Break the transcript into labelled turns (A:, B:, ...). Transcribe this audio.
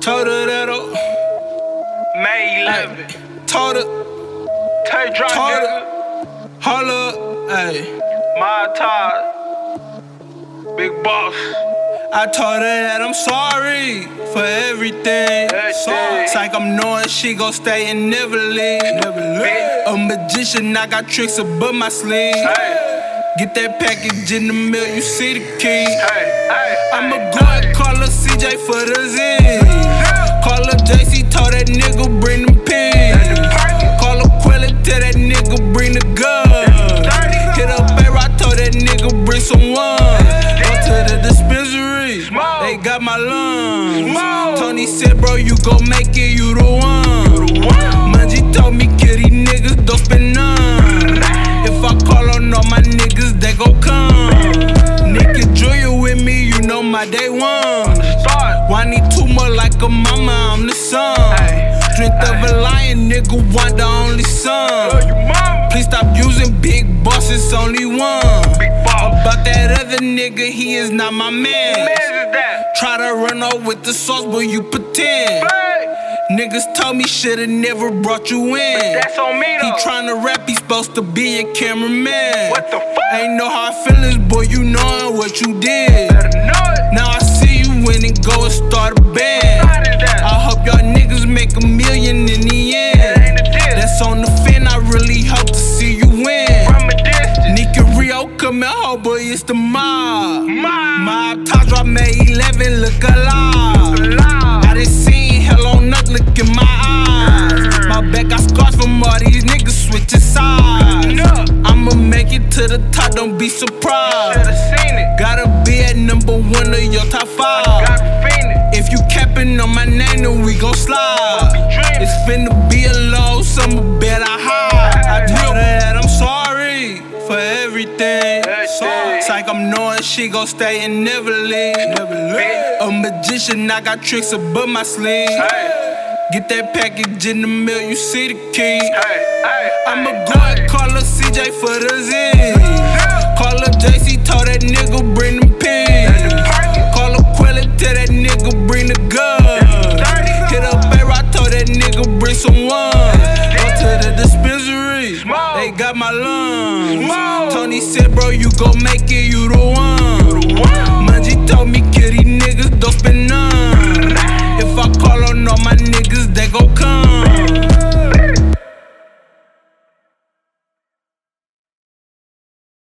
A: Told her that I
B: May 11th.
A: told her,
B: Tay drop,
A: Told
B: nigga.
A: holla, ayy.
B: My Todd. Big boss.
A: I told her that I'm sorry for everything.
B: Everything.
A: It's like I'm knowing she gon' stay and never leave.
B: leave.
A: A magician, I got tricks above my sleeve.
B: Hey,
A: Get that package in the mail, you see the key.
B: hey, hey.
A: I'ma
B: hey,
A: go
B: hey.
A: and call her CJ for the Z. Call her JC, told that nigga bring them pins. Call her Quella, tell that nigga bring the gun. Hit up A Rock, told that nigga bring some ones. Go to the dispensary,
B: Smoke.
A: they got my lungs.
B: Smoke.
A: Tony said, bro, you gon' make it, you the one. Mungie told me, kill these niggas, don't spend none. If I call on all my niggas, they gon' come. Nick and Julia with me, you know my day one.
B: Start.
A: Why need two more like a mama? I'm the son.
B: Ay,
A: Strength of a lion, nigga, one the only
B: Love
A: son.
B: your mama.
A: Please stop using big boss, it's only one.
B: Big boss.
A: About that other nigga, he is not my man.
B: Man is that.
A: Try to run off with the sauce, but you pretend.
B: Hey,
A: Niggas told me shoulda never brought you in.
B: that's on me
A: He
B: though.
A: tryna rap, he supposed to be a cameraman.
B: What the fuck?
A: Ain't no hard feelings, boy, you knowin' what you did.
B: Better know it.
A: Now I see you winning, go and start a
B: How
A: band.
B: is
A: I
B: that?
A: hope y'all niggas make a million in the
B: That ain't
A: end.
B: a diss.
A: That's on the fin, I really hope to see you win.
B: From a distance.
A: Nick and Rio come out, boy, it's the mob.
B: My.
A: My top drop May 11, look alive. I
B: Live.
A: done seen hell on earth, look in my eyes. My back got scars from all these niggas switching sides.
B: Look.
A: I'ma make it to the top, don't be surprised.
B: Should've seen it.
A: Gotta be at number one of your top
B: Got
A: five.
B: fiending.
A: If you capping on my name, then we gon' slide.
B: Dreaming.
A: It's finna be a low, summer bet I high. I told her that I'm sorry for everything.
B: Everything.
A: It's like I'm knowing she gon' stay and never leave. A magician, I got tricks above my sleeve.
B: Hey,
A: Get that package in the mail, you see the key.
B: hey, hey.
A: I'ma go and call her CJ for the Z. Call her JC, told that nigga bring them pins. Call her Quella, tell that nigga bring the gun. Hit up A Rock, told that nigga bring some ones. Go to the dispensary, they got my lungs. Tony said, bro, you gon' make it, you the